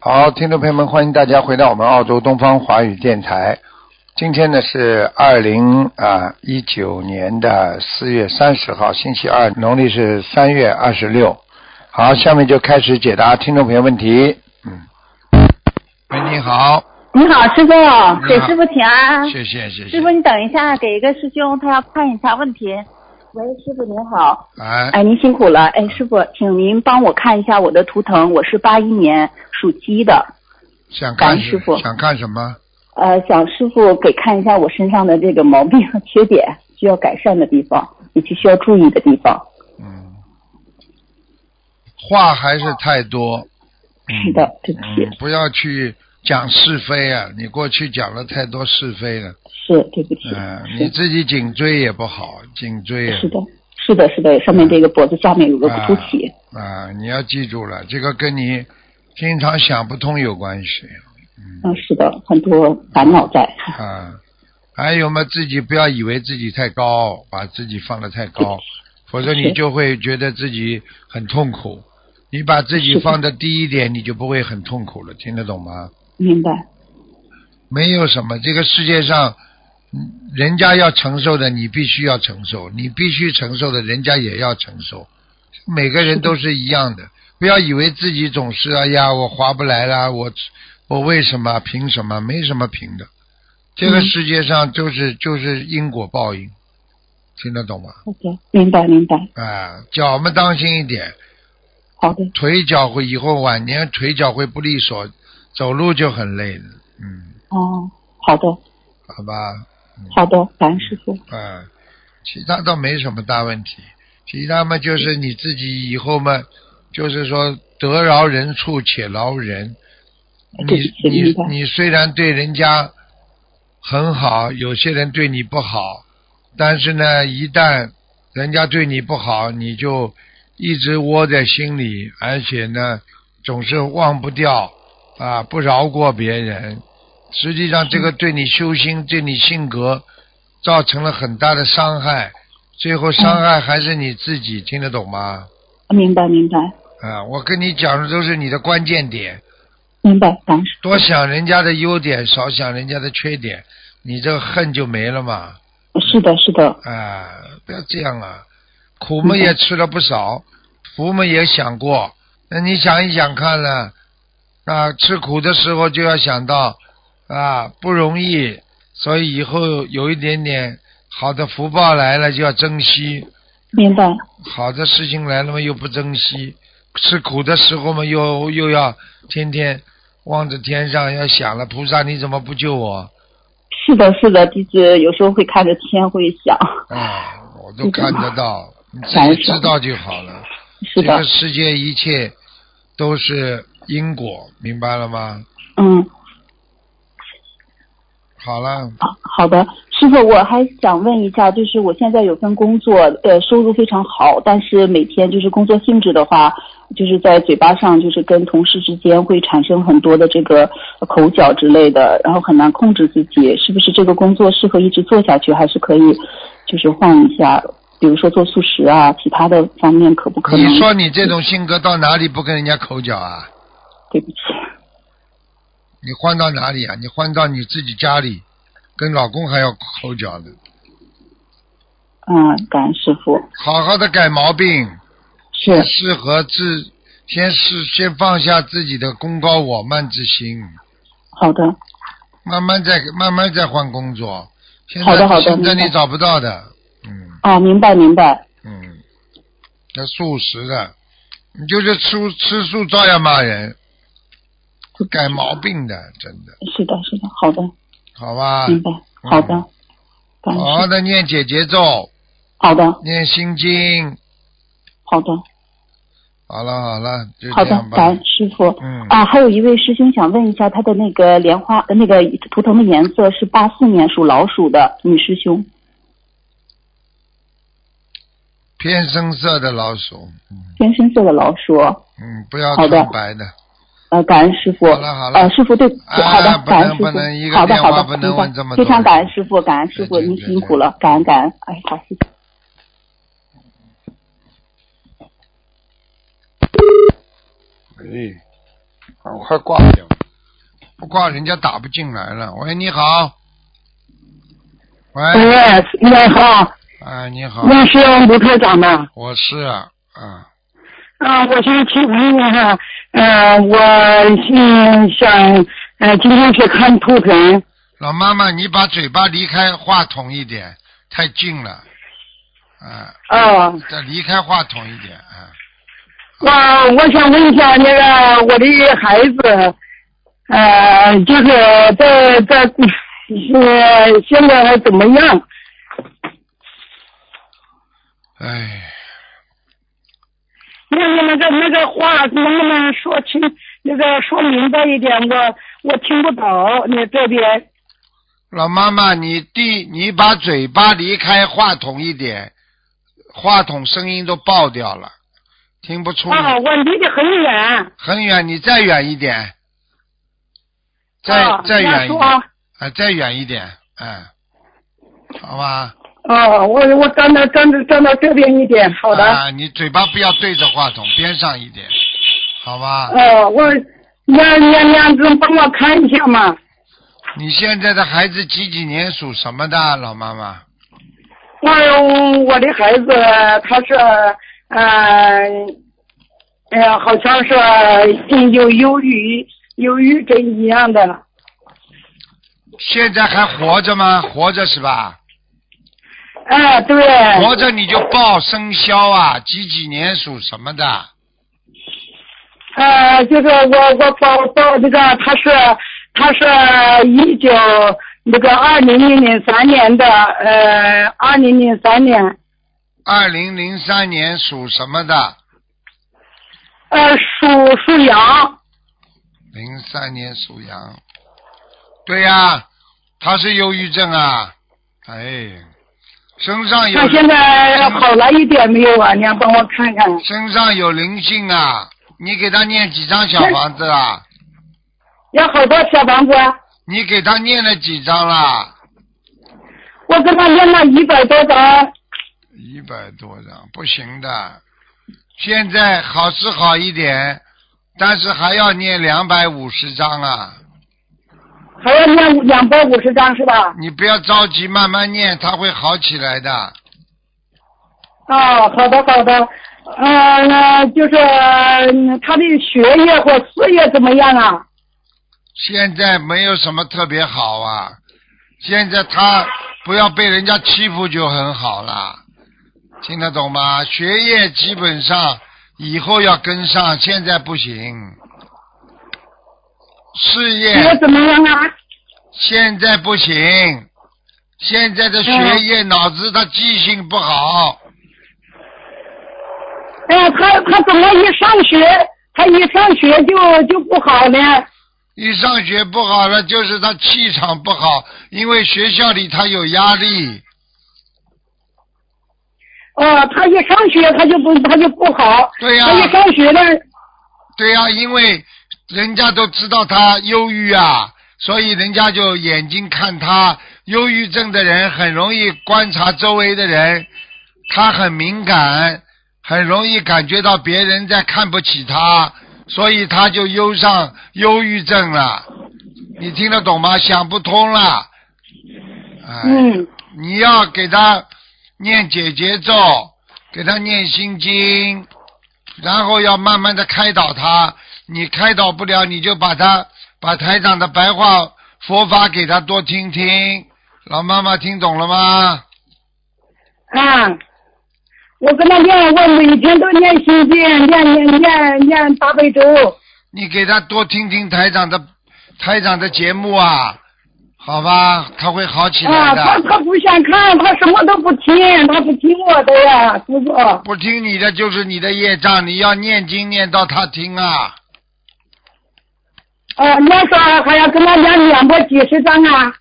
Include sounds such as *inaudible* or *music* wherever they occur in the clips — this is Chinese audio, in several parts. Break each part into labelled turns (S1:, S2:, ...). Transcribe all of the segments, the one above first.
S1: 好，听众朋友们，欢迎大家回到我们澳洲东方华语电台。今天呢是二零啊一九年的四月三十号，星期二，农历是三月二十六。好，下面就开始解答听众朋友问题。嗯，喂，你好，
S2: 你好，师傅，给
S1: 好
S2: 师傅请安。
S1: 谢谢谢谢
S2: 啊师傅，，你等一下，给一个师兄，他要看一下问题。喂，师傅您好，
S1: 哎，
S2: 哎，您辛苦了，哎，师傅，请您帮我看一下我的图腾，我是八一年属鸡的，
S1: 想干
S2: 感恩师
S1: 什
S2: 傅
S1: 想干什么？
S2: 呃，想师傅给看一下我身上的这个毛病和缺点，需要改善的地方，以及需要注意的地方。
S1: 嗯，话还是太多。
S2: 是的，对不起
S1: 嗯，，不要去讲是非啊！你过去讲了太多是非了，
S2: 是对不起，
S1: 嗯、你自己颈椎也不好，颈椎啊
S2: 是，的，是的，是的，上
S1: 嗯
S2: 面这个脖子下面有个凸起，
S1: 啊你要记住了，这个跟你经常想不通有关系
S2: 嗯，是的，很多烦恼在。
S1: 啊。还有嘛，自己不要以为自己太高，把自己放得太高，否则你
S2: 是
S1: 就会觉得自己很痛苦。你把自
S2: 是
S1: 己
S2: 的
S1: 放得低一点，你就不会很痛苦了，听得懂吗？
S2: 明白，
S1: 没有什么，这个世界上，嗯人家要承受的，你必须要承受；你必须承受的，人家也要承受。每个人都是一样的， *laughs* 不要以为自己总是哎呀，我划不来啦，我我为什么凭什么？没什么凭的，这个
S2: 嗯
S1: 世界上就是就是因果报应，听得懂吗？
S2: ，OK，明白，明白，
S1: 啊，脚嘛当心一点，
S2: 好的。
S1: 腿脚会以后晚年腿脚会不利索，走路就很累的，嗯，
S2: 哦，好的，
S1: 好吧。
S2: 好的，感恩师傅。
S1: 啊，其他倒没什么大问题，其他嘛就是你自己以后嘛，就是说得饶人处且饶人。
S2: 对不
S1: 你
S2: 起，明
S1: 你
S2: 白，
S1: 你虽然对人家很好，有些人对你不好，但是呢，一旦人家对你不好，你就一直窝在心里，而且呢，总是忘不掉啊，不饶过别人。实际上，这个对你修心、对你性格造成了很大的伤害，最后伤害还是你自己，听得懂吗？
S2: 明白，明白，
S1: 啊，我跟你讲的都是你的关键点。
S2: 明白，感恩师
S1: 多想人家的优点，少想人家的缺点，你这个恨就没了嘛。
S2: 傅。是的，是的，
S1: 啊，不要这样啊，苦嘛也吃了不少，福嘛也想过。那你想一想看呢、啊？吃苦的时候就要想到啊不容易，所以以后有一点点好的福报来了就要珍惜，
S2: 明白，
S1: 好的事情来了嘛又不珍惜，吃苦的时候嘛又又要天天望着天上要想了菩萨你怎么不救我？
S2: 是的，是的，弟子有时候会看着天，会想，
S1: 哎，我都看得到，你自
S2: 感
S1: 己
S2: 受
S1: 知道就好了。这
S2: 是的
S1: 个，世界一切都是因果，明白了吗？
S2: 嗯，
S1: 好了，
S2: 好，好的，师傅，我还想问一下，就是我现在有份工作，呃，收入非常好，但是每天就是工作性质的话，就是在嘴巴上，就是跟同事之间会产生很多的这个口角之类的，然后很难控制自己，是不是这个工作适合一直做下去，还是可以就是换一下，比如说做素食啊，其他的方面可不可能？
S1: 你说你这种性格到哪里不跟人家口角啊？
S2: 对不起，
S1: 你换到哪里啊？你换到你自己家里，跟老公还要口角呢。
S2: 嗯，感恩师傅，
S1: 好好的改毛病，
S2: 是
S1: 适合自先是先放下自己的功高我慢之心，
S2: 好的，
S1: 慢慢再慢慢再换工作。现在
S2: 好的好的
S1: 现在你
S2: 明白
S1: 找不到的，嗯。
S2: 啊，明白明白，
S1: 嗯，那素食的，你就是吃吃素照样骂人，改毛病的，真的，
S2: 是的，是的，好的，
S1: 好吧？
S2: 明白，好的
S1: 嗯，
S2: 感恩师
S1: 好
S2: 父
S1: 好的念解节奏，
S2: 好的，
S1: 念心经，
S2: 好的，
S1: 好了好了，就
S2: 好
S1: 这
S2: 的
S1: 样，
S2: 感
S1: 吧
S2: 恩。师傅。
S1: 嗯，
S2: 啊，还有一位师兄想问一下，他的那个莲花呃那个图腾的颜色是八四年属老鼠的女师兄，
S1: 偏深色的老鼠，
S2: 偏深色的老鼠。
S1: 嗯，不要
S2: 好的
S1: 穿白的。
S2: 呃，感恩师傅。
S1: 好了好了
S2: 呃，师傅对，
S1: 啊
S2: 好的，
S1: 不能
S2: 感恩师
S1: 不能一
S2: 傅。
S1: 个
S2: 好的
S1: 电话
S2: 好的，
S1: 不能
S2: 明白
S1: 问这么多
S2: 非常感恩师傅，感恩师
S1: 再
S2: 傅，
S1: 见
S2: 您
S1: 再
S2: 辛
S1: 见
S2: 苦了，感恩感恩。哎，好，谢谢。
S1: 哎，我快挂掉了，不挂人家打不进来了。喂，你好，喂，
S3: 喂，你好，
S1: 哎，你好，
S3: 那是卢科长吗？
S1: 我是啊，啊
S3: 啊，我想请问一下，呃，我嗯想，呃，今天去看图腾，
S1: 老妈妈，你把嘴巴离开话筒一点，太近了，啊，
S3: 哦，
S1: 再离开话筒一点，啊，
S3: 我啊我想问一下那个我的孩子，呃，就是在在，呃，现在还怎么样？
S1: 哎，
S3: 那个那个那个话能不能说清，那个说明白一点？我我听不懂，你这边
S1: 老妈妈，你第你把嘴巴离开话筒一点，话筒声音都爆掉了，听不出你
S3: 啊，我离得很远。
S1: 很远，你再远一点，再、
S3: 啊，
S1: 再
S3: 那
S1: 远一
S3: 说
S1: 点，啊，再远一点，嗯，好吧。
S3: 哦，我我站到站到站到这边一点，好的。
S1: 啊，你嘴巴不要对着话筒，边上一点，好吧？
S3: 哦，我那那那能帮我看一下嘛？
S1: 你现在的孩子几几年属什么的，老妈妈？
S3: 我我的孩子他是呃，呃，好像是有忧郁忧郁症一样的。
S1: 现在还活着吗？活着是吧？
S3: 哎，对。
S1: 活着你就报生肖啊，几几年属什么的？
S3: 呃，就是我我报报那个他是他是一九那个二零零零三年的呃二零零三年
S1: 二零零三年属什么的？
S3: 呃属属羊
S1: 零三年属羊。对呀、他是忧郁症啊，哎，身上有
S3: 他现在好了一点没有啊？你要帮我看看。
S1: 身上有灵性啊，你给他念几张小房子啊？
S3: 要好多小房子，
S1: 你给他念了几张啦？
S3: 我给他念了一百多张。
S1: 一百多张，不行的。现在好是好一点，但是还要念两百五十张啊！
S3: 还要念两百五十张是吧？
S1: 你不要着急，慢慢念，他会好起来的。
S3: 啊，好的好的，呃，那就是嗯他的学业或事业怎么样啊？
S1: 现在没有什么特别好啊，现在他不要被人家欺负就很好啦，听得懂吗？学业基本上以后要跟上，现在不行。事
S3: 学业
S1: 业
S3: 怎么样啊？
S1: 现在不行，现在的学业脑子他记性不好，
S3: 哎、他他怎么一上学，他一上学就就不好呢？
S1: 一上学不好了就是他气场不好，因为学校里他有压力。
S3: 哦，他一上学他就不他就不好，
S1: 对呀、哎
S3: 他一上学呢，
S1: 对呀、因为人家都知道他忧郁啊，所以人家就眼睛看他。忧郁症的人很容易观察周围的人，他很敏感，很容易感觉到别人在看不起他，所以他就忧上忧郁症了。你听得懂吗？想不通了。哎、
S3: 嗯，
S1: 你要给他念解结咒，给他念心经，然后要慢慢的开导他。你开导不了，你就把他把台长的白话佛法给他多听听。老妈妈听懂了吗？
S3: 啊，我跟他念，我每天都念心经，念念念念大悲咒。
S1: 你给他多听听台长的台长的节目啊，好吧，他会好起来
S3: 啊，
S1: 的。
S3: 他他不想看，他什么都不听，他不听我的呀，师傅。啊
S1: 不听你的就是你的业障，你要念经念到他听啊。
S3: 啊，那时候还要跟他念两百几十张啊，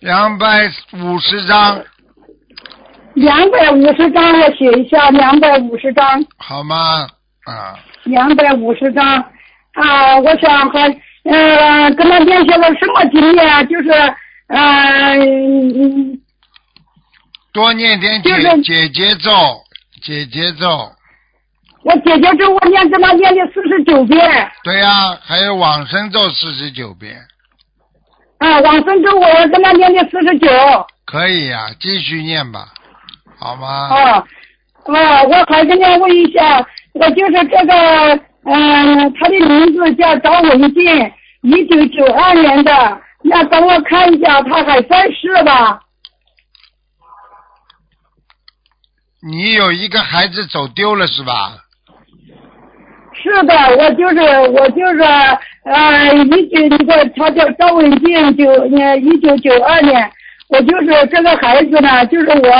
S1: 两百五十章，
S3: 两百五十张我写一下，两百五十张。
S1: 好吗？啊，
S3: 两百五十张，啊，我想和呃跟他练些了什么经验啊？就是呃嗯
S1: 多念点
S3: 就是
S1: 解解节奏，解节奏，
S3: 我姐姐咒我念给她念了四十九遍，
S1: 对呀、还有往生咒四十九遍，
S3: 啊，往生咒我给她念了四十九，
S1: 可以呀、继续念吧，好吗？
S3: 啊，啊，我还跟您问一下，我就是这个，嗯、他的名字叫张文进，一九九二年的，那帮我看一下，他还在世吧？
S1: 你有一个孩子走丢了是吧？
S3: 是的，我就是我就是呃，一九那个他叫张文静，九呃一九九二年，我就是这个孩子呢，就是我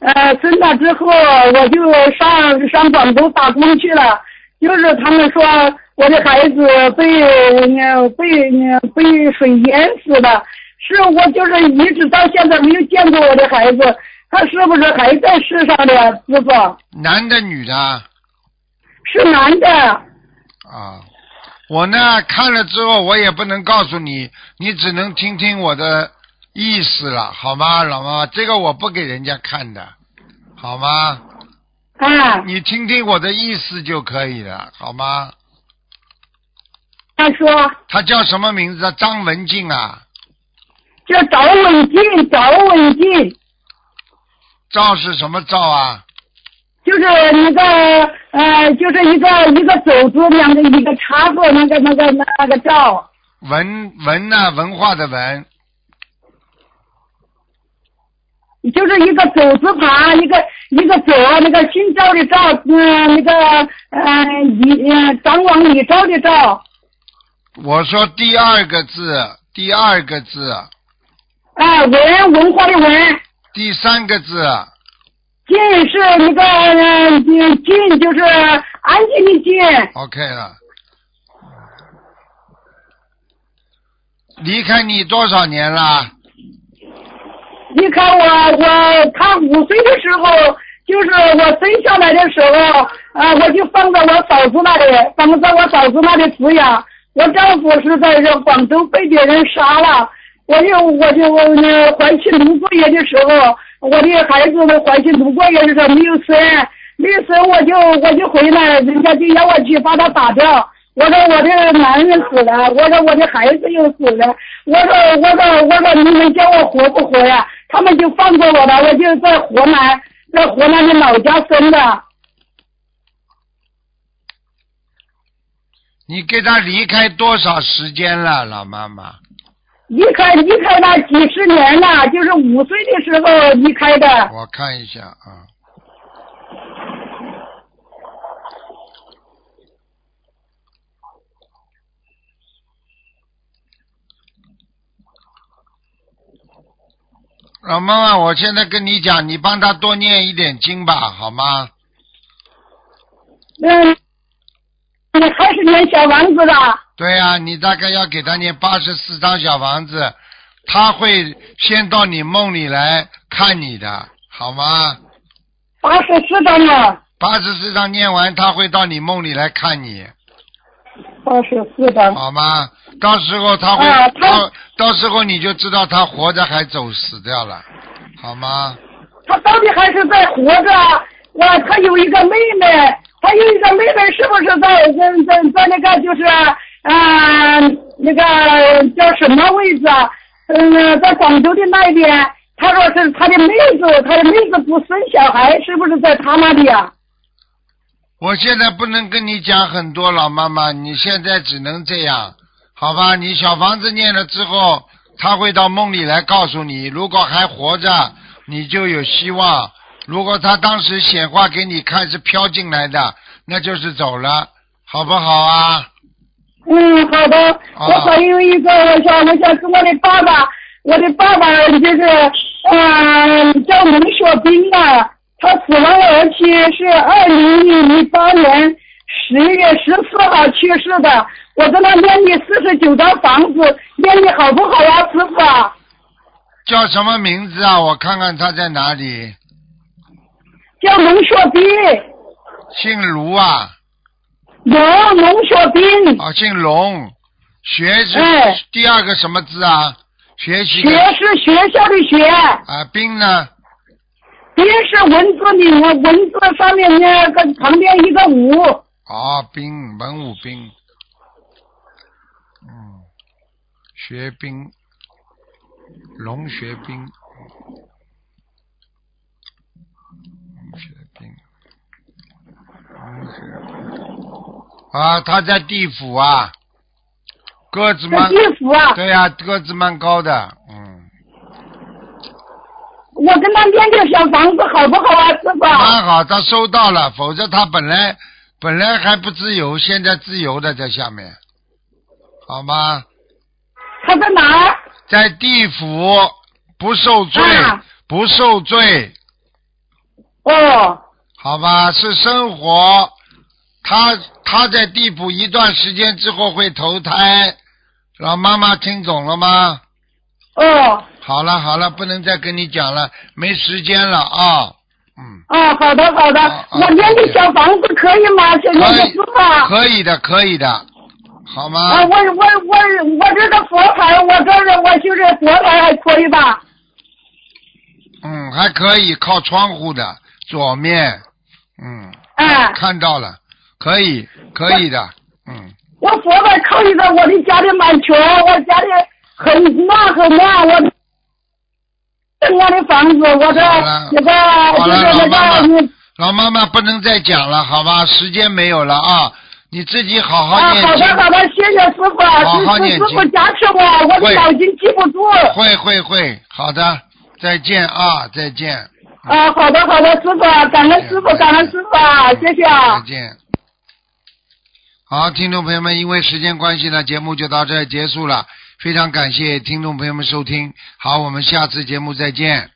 S3: 呃生了之后，我就上上广州打工去了，就是他们说我的孩子被、呃、被、呃、被水淹死了，是我就是一直到现在没有见过我的孩子，他是不是还在世上的师傅？
S1: 男的女的啊？
S3: 是男的。
S1: 啊，我呢看了之后，我也不能告诉你，你只能听听我的意思了，好吗，老妈妈？这个我不给人家看的，好吗？
S3: 啊，
S1: 你听听我的意思就可以了，好吗？
S3: 他说
S1: 他叫什么名字啊？张文静啊，
S3: 叫找稳进，找稳进，
S1: 赵是什么赵啊？
S3: 就是那个呃，就是一个一个走字，两个一个叉过那个那个那个照，
S1: 文文呢、文化的文，
S3: 就是一个走字旁，一个一个走那个姓赵的赵，嗯、那个呃李呃张王李赵的赵，
S1: 我说第二个字，第二个字，
S3: 啊、文文化的文。
S1: 第三个字，
S3: 进是那个呃进，就是安静的静。
S1: OK 了。离开你多少年了？
S3: 你看我我他五岁的时候，就是我生下来的时候，啊，我就放在我嫂子那里，放在我嫂子那里抚养。我丈夫是在这广州被别人杀了，我就我就我呢怀去卢沟爷的时候，我的孩子呢怀去卢沟爷的时候没有生，没有生我就我就回来，人家就要我去把他打掉。我说我的男人死了，我说我的孩子又死了，我说我说我说你们叫我活不活呀？他们就放过我了，我就在河南，在河南的老家生的。
S1: 你跟他离开多少时间了，老妈妈？
S3: 离开离开了几十年了，就是五岁的时候离开的。
S1: 我看一下啊。老妈妈，我现在跟你讲，你帮他多念一点经吧，好吗？
S3: 嗯，还是念小王子的。
S1: 对呀、你大概要给他念八十四张小房子，他会先到你梦里来看你的，好吗？
S3: 八十四张啊了，
S1: 八十四张念完，他会到你梦里来看你，
S3: 八十四张。
S1: 好吗？到时候他会、
S3: 啊他
S1: 到到时候你就知道他活着还走死掉了，好吗？
S3: 他到底还是在活着啊？我他有一个妹妹，他有一个妹妹，是不是在在在在那个就是啊、呃那个叫什么位置啊？嗯、在广州的那边，他说是他的妹子，他的妹子不生小孩，是不是在他那里啊？
S1: 我现在不能跟你讲很多，老妈妈，你现在只能这样，好吧？你小房子念了之后，他会到梦里来告诉你，如果还活着，你就有希望；如果他当时显化给你看是飘进来的，那就是走了，好不好啊？
S3: 嗯，好的。我还有一个，我想我想跟我的爸爸，我的爸爸就是嗯、叫蒙雪冰啊，他死了，我儿妻是二零一八年十月十四号去世的。我跟他念你四十九张房子，念你好不好呀，师傅啊？
S1: 叫什么名字啊？我看看他在哪里。
S3: 叫蒙雪冰，
S1: 姓卢啊，
S3: 有蒙雪冰，
S1: 啊，姓龙，学是、
S3: 哎
S1: 第二个什么字啊？学习
S3: 学
S1: 的
S3: 是学校的学，
S1: 啊，兵呢？
S3: 斌是文字里文文字上面呢，跟旁边一个武，
S1: 啊，兵文武兵，嗯，学兵，龙学兵，龙学兵，龙学兵啊，他在地府啊，个子
S3: 在
S1: 蛮，
S3: 地府啊。
S1: 对呀、个子蛮高的，嗯，
S3: 我跟他念个小房子好不好啊，师傅？
S1: 蛮好，他收到了，否则他本来本来还不自由，现在自由的在下面，好吗？
S3: 他在哪儿？
S1: 在地府不受罪，
S3: 啊
S1: 不受罪，
S3: 哦，
S1: 好吧？是生活，他他在地府一段时间之后会投胎，老妈妈听懂了吗？
S3: 哦，
S1: 好了好了，不能再跟你讲了，没时间了啊、嗯，
S3: 啊，好的好的，
S1: 啊啊
S3: 我念个小房子可以吗？小念个
S1: 可
S3: 师傅啊。
S1: 以可以的可以的，好
S3: 啊，
S1: 吗？
S3: 我我我我这个佛牌，我这个我就是佛牌还可以吧？
S1: 嗯，还可以，靠窗户的左面，嗯，
S3: 哎，
S1: 看到了，可以可以的，嗯。
S3: 我佛牌靠一个，我的家里蛮穷，我家里很乱很乱，我我的房子，我这
S1: 好了
S3: 那个
S1: 好了
S3: 就是
S1: 老妈
S3: 那
S1: 妈
S3: 个
S1: 老妈妈不能再讲了，好吧？时间没有了啊，你自己好好
S3: 啊，
S1: 念
S3: 好
S1: 经
S3: 的。好的，谢谢师傅，啊
S1: 好好
S3: 师
S1: 念
S3: 师傅
S1: 经
S3: 加持我，我
S1: 会
S3: 的脑筋记不住。
S1: 会会会，好的，再见啊，再见，
S3: 啊，好的好的，师傅，感恩师傅，
S1: 哎
S3: 感恩师傅啊，谢谢啊。
S1: 再见。好，听众朋友们，因为时间关系呢，节目就到这儿结束了。非常感谢听众朋友们收听，好，我们下次节目再见。